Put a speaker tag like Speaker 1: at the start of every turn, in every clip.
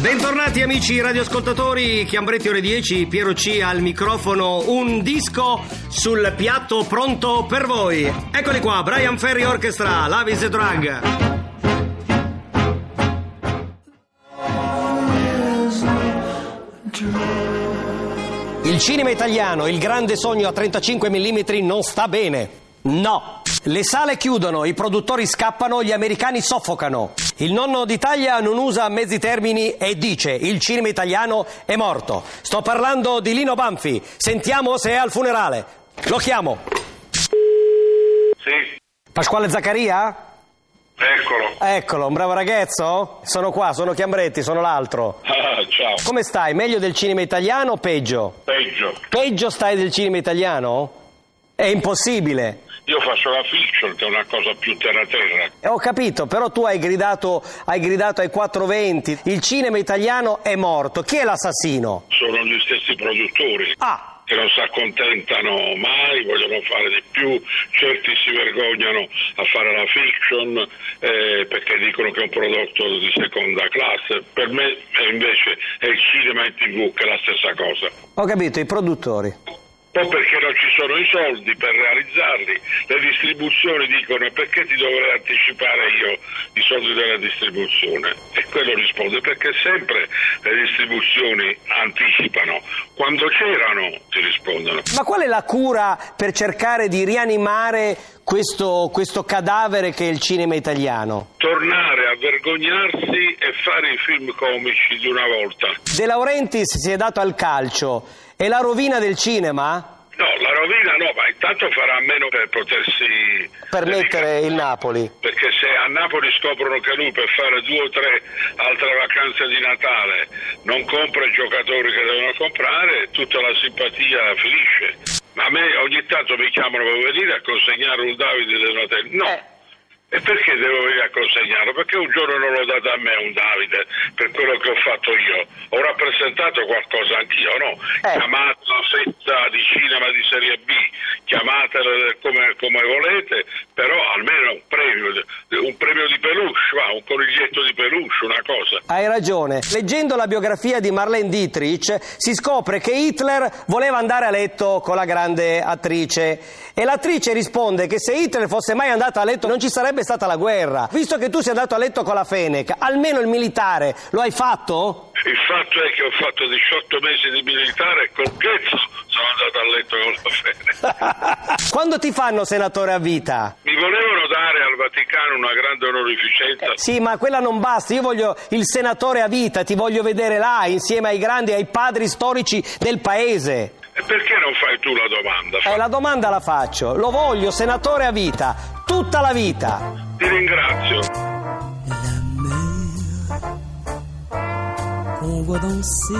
Speaker 1: Bentornati amici radioascoltatori, Chiambretti ore 10, Piero C al microfono, un disco sul piatto pronto per voi. Eccoli qua, Brian Ferry Orchestra, Love is a Drug. Il cinema italiano, il grande sogno a 35 mm non sta bene. No. Le sale chiudono, i produttori scappano, gli americani soffocano. Il nonno d'Italia non usa mezzi termini e dice il cinema italiano è morto. Sto parlando di Lino Banfi, sentiamo se è al funerale. Lo chiamo.
Speaker 2: Sì,
Speaker 1: Pasquale Zaccaria?
Speaker 2: eccolo.
Speaker 1: Eccolo, un bravo ragazzo? Sono qua, sono Chiambretti, sono l'altro.
Speaker 2: Ah, ciao.
Speaker 1: Come stai? Meglio del cinema italiano o peggio?
Speaker 2: Peggio,
Speaker 1: Peggio stai del cinema italiano? È impossibile.
Speaker 2: io faccio la fiction, che è una cosa più terra-terra.
Speaker 1: Eh, Ho capito, però tu hai gridato, hai gridato ai 420, il cinema italiano è morto, chi è l'assassino?
Speaker 2: Sono gli stessi produttori
Speaker 1: Ah,
Speaker 2: che non si accontentano mai, vogliono fare di più, certi si vergognano a fare la fiction eh, perché dicono che è un prodotto di seconda classe. Per me eh, invece è il cinema in tv che è la stessa cosa.
Speaker 1: ho capito, i produttori.
Speaker 2: O perché non ci sono i soldi per realizzarli, le distribuzioni dicono "E perché ti dovrei anticipare io i soldi della distribuzione? E quello risponde perché sempre le distribuzioni anticipano, quando c'erano ti rispondono.
Speaker 1: Ma qual è la cura per cercare di rianimare questo, questo cadavere che è il cinema italiano?
Speaker 2: Tornare a vergognarsi e fare i film comici di una volta.
Speaker 1: De Laurentiis si è dato al calcio, è la rovina del cinema?
Speaker 2: No, la rovina no, ma intanto farà a meno per potersi
Speaker 1: Permettere il Napoli.
Speaker 2: Perché se a Napoli scoprono che lui per fare due o tre altre vacanze di Natale non compra i giocatori che devono comprare, tutta la simpatia finisce. Ma a me ogni tanto mi chiamano per venire a consegnare un Davide del Natale. No.
Speaker 1: Eh.
Speaker 2: E perché devo venire a consegnarlo? Perché un giorno non l'ho dato a me un Davide per quello che ho fatto io. Ho rappresentato qualcosa anch'io, no?
Speaker 1: Eh.
Speaker 2: Chiamata la fetta di cinema di serie B, chiamatela come, come volete, però almeno un premio, un premio di peluche, va, un coniglietto di peluche, una cosa.
Speaker 1: Hai ragione. Leggendo la biografia di Marlene Dietrich si scopre che Hitler voleva andare a letto con la grande attrice e l'attrice risponde che se Hitler fosse mai andato a letto non ci sarebbe stata la guerra. Visto che tu sei andato a letto con la Fenech, almeno il militare lo hai fatto?
Speaker 2: Il fatto è che ho fatto 18 mesi di militare e col ghezzo sono andato a letto con la fede.
Speaker 1: Quando ti fanno senatore a vita?
Speaker 2: Mi volevano dare al Vaticano una grande onorificenza.
Speaker 1: Eh, Sì, ma quella non basta, io voglio il senatore a vita, ti voglio vedere là insieme ai grandi, ai padri storici del paese.
Speaker 2: E perché non fai tu la domanda?
Speaker 1: Eh, la domanda la faccio, lo voglio senatore a vita, tutta la vita.
Speaker 2: Ti ringrazio.
Speaker 3: La mer qu'on voit danser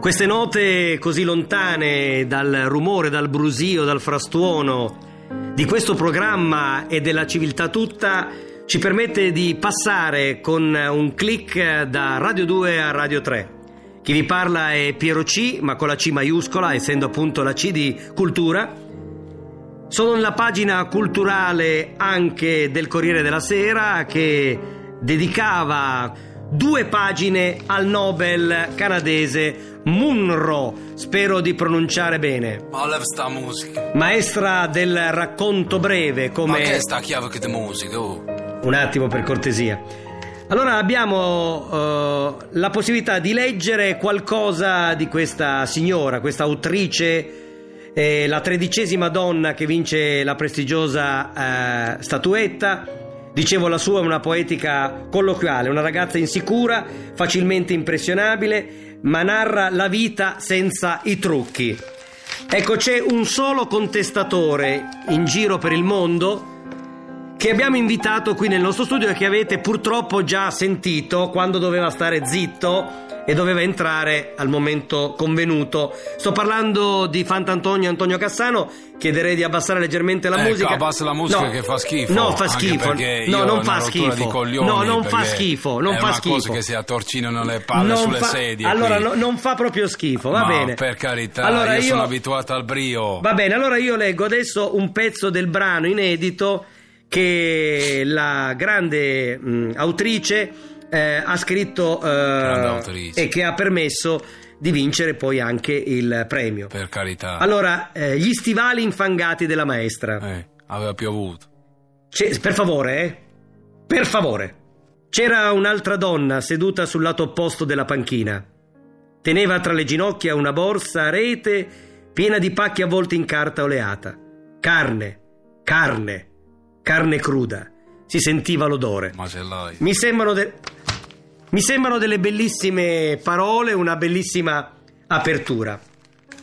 Speaker 1: Queste note così lontane dal rumore, dal brusio, dal frastuono di questo programma e della civiltà tutta ci permette di passare con un clic da Radio 2 a Radio 3. Chi vi parla è Piero C, ma con la C maiuscola, essendo appunto la C di cultura. Sono nella pagina culturale anche del Corriere della Sera che dedicava due pagine al Nobel canadese Munro, spero di pronunciare bene.
Speaker 4: Ma lev sta musica.
Speaker 1: Maestra del racconto breve
Speaker 4: Ma
Speaker 1: come
Speaker 4: che sta chiave che te musica, oh?
Speaker 1: un attimo per cortesia. Allora abbiamo eh, la possibilità di leggere qualcosa di questa signora, questa autrice, eh, la tredicesima donna che vince la prestigiosa eh, statuetta. Dicevo, la sua è una poetica colloquiale, una ragazza insicura, facilmente impressionabile, ma narra la vita senza i trucchi. Ecco, c'è un solo contestatore in giro per il mondo che abbiamo invitato qui nel nostro studio e che avete purtroppo già sentito quando doveva stare zitto e doveva entrare al momento convenuto. Sto parlando di Fantantonio Antonio Cassano, chiederei di abbassare leggermente la
Speaker 4: Ecco,
Speaker 1: musica.
Speaker 4: abbassa la musica che fa schifo.
Speaker 1: No, fa
Speaker 4: Anche
Speaker 1: schifo.
Speaker 4: perché io
Speaker 1: No,
Speaker 4: ho
Speaker 1: non
Speaker 4: una
Speaker 1: fa
Speaker 4: rottura
Speaker 1: schifo.
Speaker 4: Di coglioni
Speaker 1: no, non fa
Speaker 4: perché
Speaker 1: schifo, non
Speaker 4: è
Speaker 1: fa
Speaker 4: una
Speaker 1: schifo.
Speaker 4: cosa che si attorcinano le palle
Speaker 1: Non
Speaker 4: sulle
Speaker 1: fa-
Speaker 4: sedie.
Speaker 1: Allora,
Speaker 4: qui.
Speaker 1: no- non fa proprio schifo, va
Speaker 4: Ma
Speaker 1: bene.
Speaker 4: per carità,
Speaker 1: Allora,
Speaker 4: io, sono abituato al brio.
Speaker 1: Va bene, allora io leggo adesso un pezzo del brano inedito che la grande mh, autrice eh, ha scritto eh,
Speaker 4: autrice.
Speaker 1: e che ha permesso di vincere poi anche il premio.
Speaker 4: Per carità.
Speaker 1: Allora, eh, gli stivali infangati della maestra.
Speaker 4: Eh, aveva piovuto.
Speaker 1: C'è- per favore, eh? Per favore. C'era un'altra donna seduta sul lato opposto della panchina. Teneva tra le ginocchia una borsa a rete piena di pacchi avvolti in carta oleata. Carne, carne, carne cruda. Si sentiva l'odore.
Speaker 4: Macellai.
Speaker 1: Mi sembrano, de- mi sembrano delle bellissime parole, una bellissima apertura.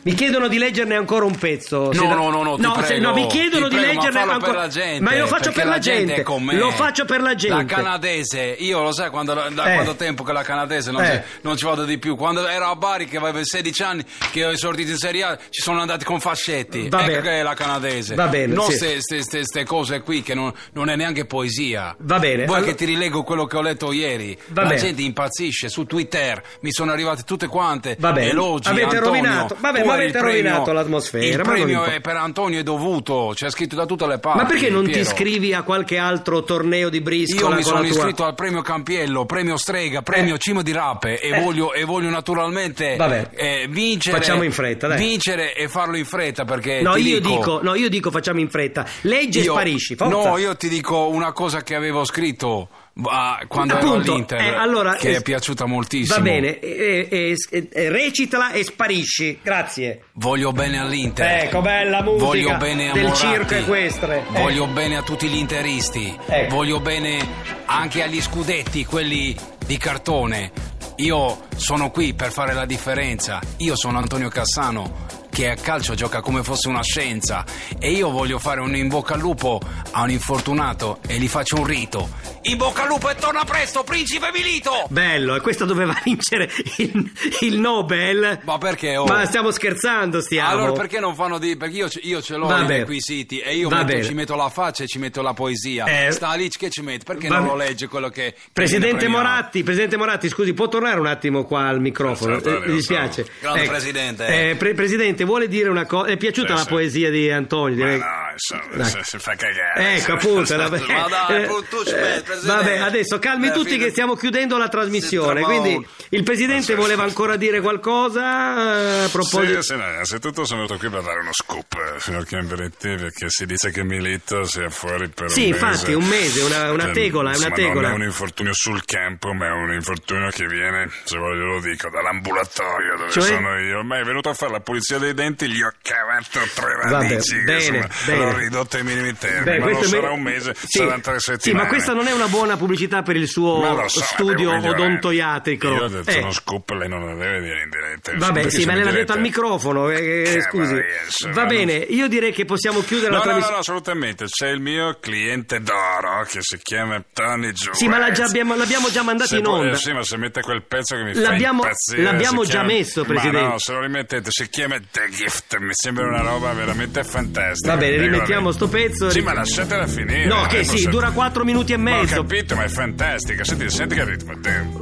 Speaker 1: Mi chiedono di leggerne ancora un pezzo.
Speaker 4: No, no, no, no, ti
Speaker 1: se-
Speaker 4: prego,
Speaker 1: no, mi chiedono
Speaker 4: ti
Speaker 1: di
Speaker 4: prego, ma
Speaker 1: leggerne
Speaker 4: fallo
Speaker 1: ancora.
Speaker 4: per la gente,
Speaker 1: ma io lo faccio
Speaker 4: perché
Speaker 1: per la,
Speaker 4: la gente è con me.
Speaker 1: Lo faccio per la
Speaker 4: La
Speaker 1: gente.
Speaker 4: canadese, io lo sai quando, da
Speaker 1: Eh.
Speaker 4: quanto tempo che la canadese non,
Speaker 1: Eh.
Speaker 4: ci- non ci vado di più. Quando ero a Bari che avevo 16 anni, che ho esordito in Serie A, ci sono andati con fascetti.
Speaker 1: Va
Speaker 4: ecco
Speaker 1: bene.
Speaker 4: che è la canadese.
Speaker 1: Va bene,
Speaker 4: Non
Speaker 1: sì.
Speaker 4: queste cose qui che non, non è neanche poesia.
Speaker 1: Va bene,
Speaker 4: Vuoi
Speaker 1: allora-
Speaker 4: che ti rilego quello che ho letto ieri?
Speaker 1: Va
Speaker 4: la
Speaker 1: bene.
Speaker 4: gente impazzisce su Twitter, mi sono arrivate tutte quante.
Speaker 1: Va bene.
Speaker 4: Elogi,
Speaker 1: Avete
Speaker 4: Antonio,
Speaker 1: rovinato- va bene,
Speaker 4: tu
Speaker 1: ma avete
Speaker 4: eri il premio-
Speaker 1: rovinato l'atmosfera, ma
Speaker 4: Il
Speaker 1: non
Speaker 4: premio
Speaker 1: importa.
Speaker 4: è per Antonio è dovuto, c'è scritto da tutte le parti.
Speaker 1: ma perché non ti
Speaker 4: Piero.
Speaker 1: iscrivi a qualche altro torneo di briscola
Speaker 4: Io mi
Speaker 1: con
Speaker 4: sono
Speaker 1: la tua-
Speaker 4: iscritto al premio Campiello, premio Strega, premio
Speaker 1: Eh.
Speaker 4: Cimo di Rape e,
Speaker 1: Eh.
Speaker 4: voglio, e voglio naturalmente
Speaker 1: Vabbè.
Speaker 4: eh, vincere,
Speaker 1: Facciamo in fretta, dai.
Speaker 4: vincere e farlo in fretta perché
Speaker 1: No,
Speaker 4: ti
Speaker 1: io dico... no, io dico facciamo in fretta. Leggi e
Speaker 4: io-
Speaker 1: sparisci, forza.
Speaker 4: No, io ti dico una cosa che avevo scritto ah, quando
Speaker 1: Appunto,
Speaker 4: ero all'Inter
Speaker 1: eh, allora,
Speaker 4: che
Speaker 1: eh,
Speaker 4: è piaciuta moltissimo.
Speaker 1: Va bene, eh, eh, eh, eh, recitala e sparisci. Grazie.
Speaker 4: Voglio bene all'Inter.
Speaker 1: Ecco, bella musica
Speaker 4: Voglio bene a
Speaker 1: del
Speaker 4: Moratti.
Speaker 1: circo equestre. Eh.
Speaker 4: Voglio bene a tutti gli interisti.
Speaker 1: Ecco.
Speaker 4: Voglio bene anche agli scudetti, quelli di cartone. Io sono qui per fare la differenza. Io sono Antonio Cassano che a calcio gioca come fosse una scienza e io voglio fare un in bocca al lupo a un infortunato e gli faccio un rito. In bocca al lupo e torna presto, principe Milito!
Speaker 1: Bello, e questo doveva vincere il, il Nobel.
Speaker 4: Ma perché, oh?
Speaker 1: Ma stiamo scherzando, stiamo.
Speaker 4: Allora, perché non fanno di. Perché io, ce- io ce l'ho
Speaker 1: Va
Speaker 4: i
Speaker 1: bene.
Speaker 4: requisiti e io
Speaker 1: Va
Speaker 4: metto-
Speaker 1: bene.
Speaker 4: ci metto la faccia e ci metto la poesia.
Speaker 1: Eh.
Speaker 4: Sta lì che ci metti? Perché
Speaker 1: Va
Speaker 4: non lo
Speaker 1: bene.
Speaker 4: legge quello che.
Speaker 1: Presidente
Speaker 4: che viene premiato?
Speaker 1: Moratti, Presidente Moratti, scusi, può tornare un attimo qua al microfono?
Speaker 4: Certo,
Speaker 1: Eh, mi dispiace.
Speaker 4: certo. Grande Presidente. Eh,
Speaker 1: eh, pre- presidente, vuole dire una cosa? È piaciuta
Speaker 5: Sì,
Speaker 1: la
Speaker 5: sì.
Speaker 1: poesia di Antonio? direi- Dai.
Speaker 5: si fa cagare.
Speaker 1: Ecco, appunto. la-
Speaker 4: eh, Ma dai,
Speaker 1: eh,
Speaker 4: tu ci
Speaker 1: eh,
Speaker 4: metti, Presidente.
Speaker 1: Vabbè, adesso calmi
Speaker 4: Eh,
Speaker 1: tutti
Speaker 4: fino-
Speaker 1: che stiamo chiudendo la trasmissione.
Speaker 4: Sì,
Speaker 1: Quindi
Speaker 4: Ramon.
Speaker 1: il Presidente
Speaker 5: Sì,
Speaker 1: voleva
Speaker 5: sì,
Speaker 1: ancora dire qualcosa eh, a proposito...
Speaker 5: Sì, sì, no, innanzitutto sono venuto qui per dare uno scoop, eh, signor Chiamberetti, perché si dice che Milito sia fuori per
Speaker 1: Sì,
Speaker 5: un mese.
Speaker 1: infatti, un mese, una- una
Speaker 4: Cioè,
Speaker 5: Eh,
Speaker 1: tegola, è una
Speaker 5: insomma,
Speaker 1: tegola.
Speaker 5: Non è un infortunio sul campo, ma è un infortunio che viene, se voglio lo dico, dall'ambulatorio dove
Speaker 1: Cioè?
Speaker 5: sono io. Ma è venuto a fare la pulizia dei denti, gli ho cavato tre
Speaker 1: Vabbè,
Speaker 5: radici. che,
Speaker 1: bene,
Speaker 5: insomma,
Speaker 1: bene.
Speaker 5: L'ho ridotto ai minimi termini,
Speaker 1: Beh,
Speaker 5: ma non
Speaker 1: questo è
Speaker 5: sarà
Speaker 1: me-
Speaker 5: un mese,
Speaker 1: Sì.
Speaker 5: saranno tre settimane.
Speaker 1: Sì, ma questa non è una buona pubblicità per il
Speaker 5: Ma
Speaker 1: suo
Speaker 5: lo so,
Speaker 1: studio
Speaker 5: devo migliorare.
Speaker 1: odontoiatrico.
Speaker 5: Io ho detto
Speaker 1: Eh,
Speaker 5: uno scoop, lei non la deve dire in diretta.
Speaker 1: Vabbè,
Speaker 5: Perché
Speaker 1: sì,
Speaker 5: se
Speaker 1: ma
Speaker 5: mi
Speaker 1: lei l'ha
Speaker 5: direte-
Speaker 1: detto al microfono, eh, eh,
Speaker 5: Che
Speaker 1: scusi.
Speaker 5: varie, insomma,
Speaker 1: Va
Speaker 5: non-
Speaker 1: bene, io direi che possiamo chiudere la
Speaker 5: No, no, no,
Speaker 1: trasmissione.
Speaker 5: no, assolutamente. C'è il mio cliente d'oro che si chiama Tony Giù.
Speaker 1: Sì, ma l'ha già abbiamo- l'abbiamo già mandato
Speaker 5: Se
Speaker 1: in
Speaker 5: può-
Speaker 1: onda.
Speaker 5: eh, sì, ma se mette quel pezzo che mi
Speaker 1: L'abbiamo-
Speaker 5: fa impazzire.
Speaker 1: l'abbiamo
Speaker 5: si
Speaker 1: già
Speaker 5: chiama-
Speaker 1: messo,
Speaker 5: Ma
Speaker 1: Presidente.
Speaker 5: no, se lo rimettete, si chiama The Gift. Mi sembra una roba veramente fantastica.
Speaker 1: Va bene,
Speaker 5: Dico la
Speaker 1: rimettiamo
Speaker 5: verità.
Speaker 1: sto pezzo.
Speaker 5: Sì, ma lasciatela finire. eh,
Speaker 1: No,
Speaker 5: non è
Speaker 1: che sì,
Speaker 5: possibile.
Speaker 1: dura 4 minuti e
Speaker 5: Ma ho
Speaker 1: mezzo.
Speaker 5: capito, ma è fantastica. Senti, senti che ritmo.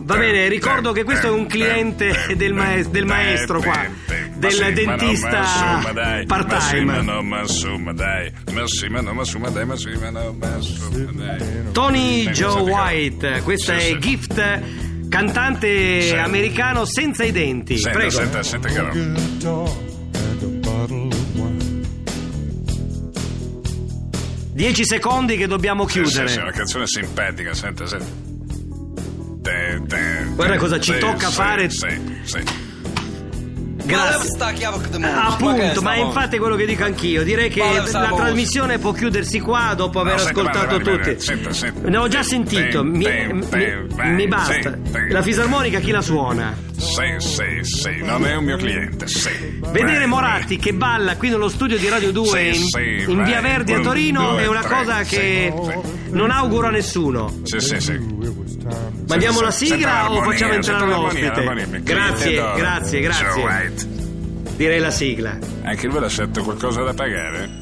Speaker 1: Va bene, ricordo che questo è un cliente del, maes- del maestro qua, del dentista
Speaker 5: Ma sì, ma
Speaker 1: part-time.
Speaker 5: no, ma insomma, dai. Ma sì, ma no, ma insomma, dai, ma sì, ma no, ma insomma, dai.
Speaker 1: Tony
Speaker 5: Senti,
Speaker 1: Joe
Speaker 5: senti che-
Speaker 1: White, questo
Speaker 5: Sì,
Speaker 1: è
Speaker 5: sì.
Speaker 1: Gift, cantante
Speaker 5: Sì.
Speaker 1: americano senza i denti.
Speaker 5: Senta,
Speaker 1: Prego.
Speaker 5: senta, senta che roba.
Speaker 3: guitar and a bottle of wine.
Speaker 1: 10 secondi che dobbiamo
Speaker 5: Sì, sì, sì, è
Speaker 1: chiudere.
Speaker 5: una canzone simpatica, senta, senta. Te, te,
Speaker 1: Guarda cosa ci
Speaker 5: Sì,
Speaker 1: tocca
Speaker 5: sì,
Speaker 1: fare.
Speaker 5: Sì, sì.
Speaker 1: Grazie. Appunto, ma è infatti quello che dico anch'io. Direi che
Speaker 4: Ma
Speaker 1: la
Speaker 4: questa voce.
Speaker 1: trasmissione può chiudersi qua dopo aver
Speaker 5: No, senta,
Speaker 1: ascoltato
Speaker 5: guarda, guarda,
Speaker 1: tutti.
Speaker 5: senta, senta.
Speaker 1: ne ho già
Speaker 5: Senta,
Speaker 1: sentito. Mi,
Speaker 5: senta,
Speaker 1: mi-
Speaker 5: senta,
Speaker 1: mi basta.
Speaker 5: senta.
Speaker 1: La fisarmonica chi la suona?
Speaker 5: Sì, sì, sì, non è un mio cliente, sì.
Speaker 1: Vedere
Speaker 5: Beh,
Speaker 1: Moratti che balla qui nello studio di Radio 2 in,
Speaker 5: Sì, sì,
Speaker 1: in Via
Speaker 5: beh,
Speaker 1: Verdi a
Speaker 5: un,
Speaker 1: Torino
Speaker 5: due,
Speaker 1: è una
Speaker 5: tre,
Speaker 1: cosa
Speaker 5: sì,
Speaker 1: che
Speaker 5: sì.
Speaker 1: non auguro a nessuno.
Speaker 5: Sì, sì, sì.
Speaker 3: It was time to
Speaker 1: Mandiamo la
Speaker 5: Sì, sì, senta
Speaker 1: sigla o
Speaker 5: l'armonia,
Speaker 1: facciamo entrare
Speaker 5: senta l'armonia, l'armonia,
Speaker 1: l'ospite?
Speaker 5: mi
Speaker 1: Grazie,
Speaker 5: cliente d'oro.
Speaker 1: grazie,
Speaker 5: Joe
Speaker 1: grazie.
Speaker 5: White.
Speaker 1: Direi la sigla.
Speaker 5: Anche lui ha scelto qualcosa da pagare.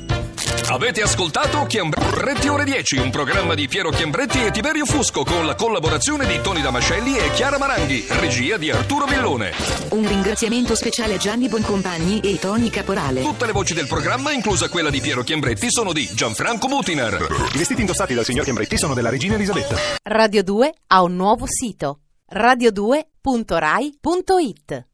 Speaker 6: Avete ascoltato Chiambretti Ore 10, un programma di Piero Chiambretti e Tiberio Fusco con la collaborazione di Toni Damascelli e Chiara Maranghi, regia di Arturo Villone.
Speaker 7: Un ringraziamento speciale a Gianni Boncompagni e Tony Caporale.
Speaker 6: Tutte le voci del programma, inclusa quella di Piero Chiambretti, sono di Gianfranco Mutiner.
Speaker 8: I vestiti indossati dal signor Chiambretti sono della regina Elisabetta.
Speaker 9: Radio 2 ha un nuovo sito radio2.rai.it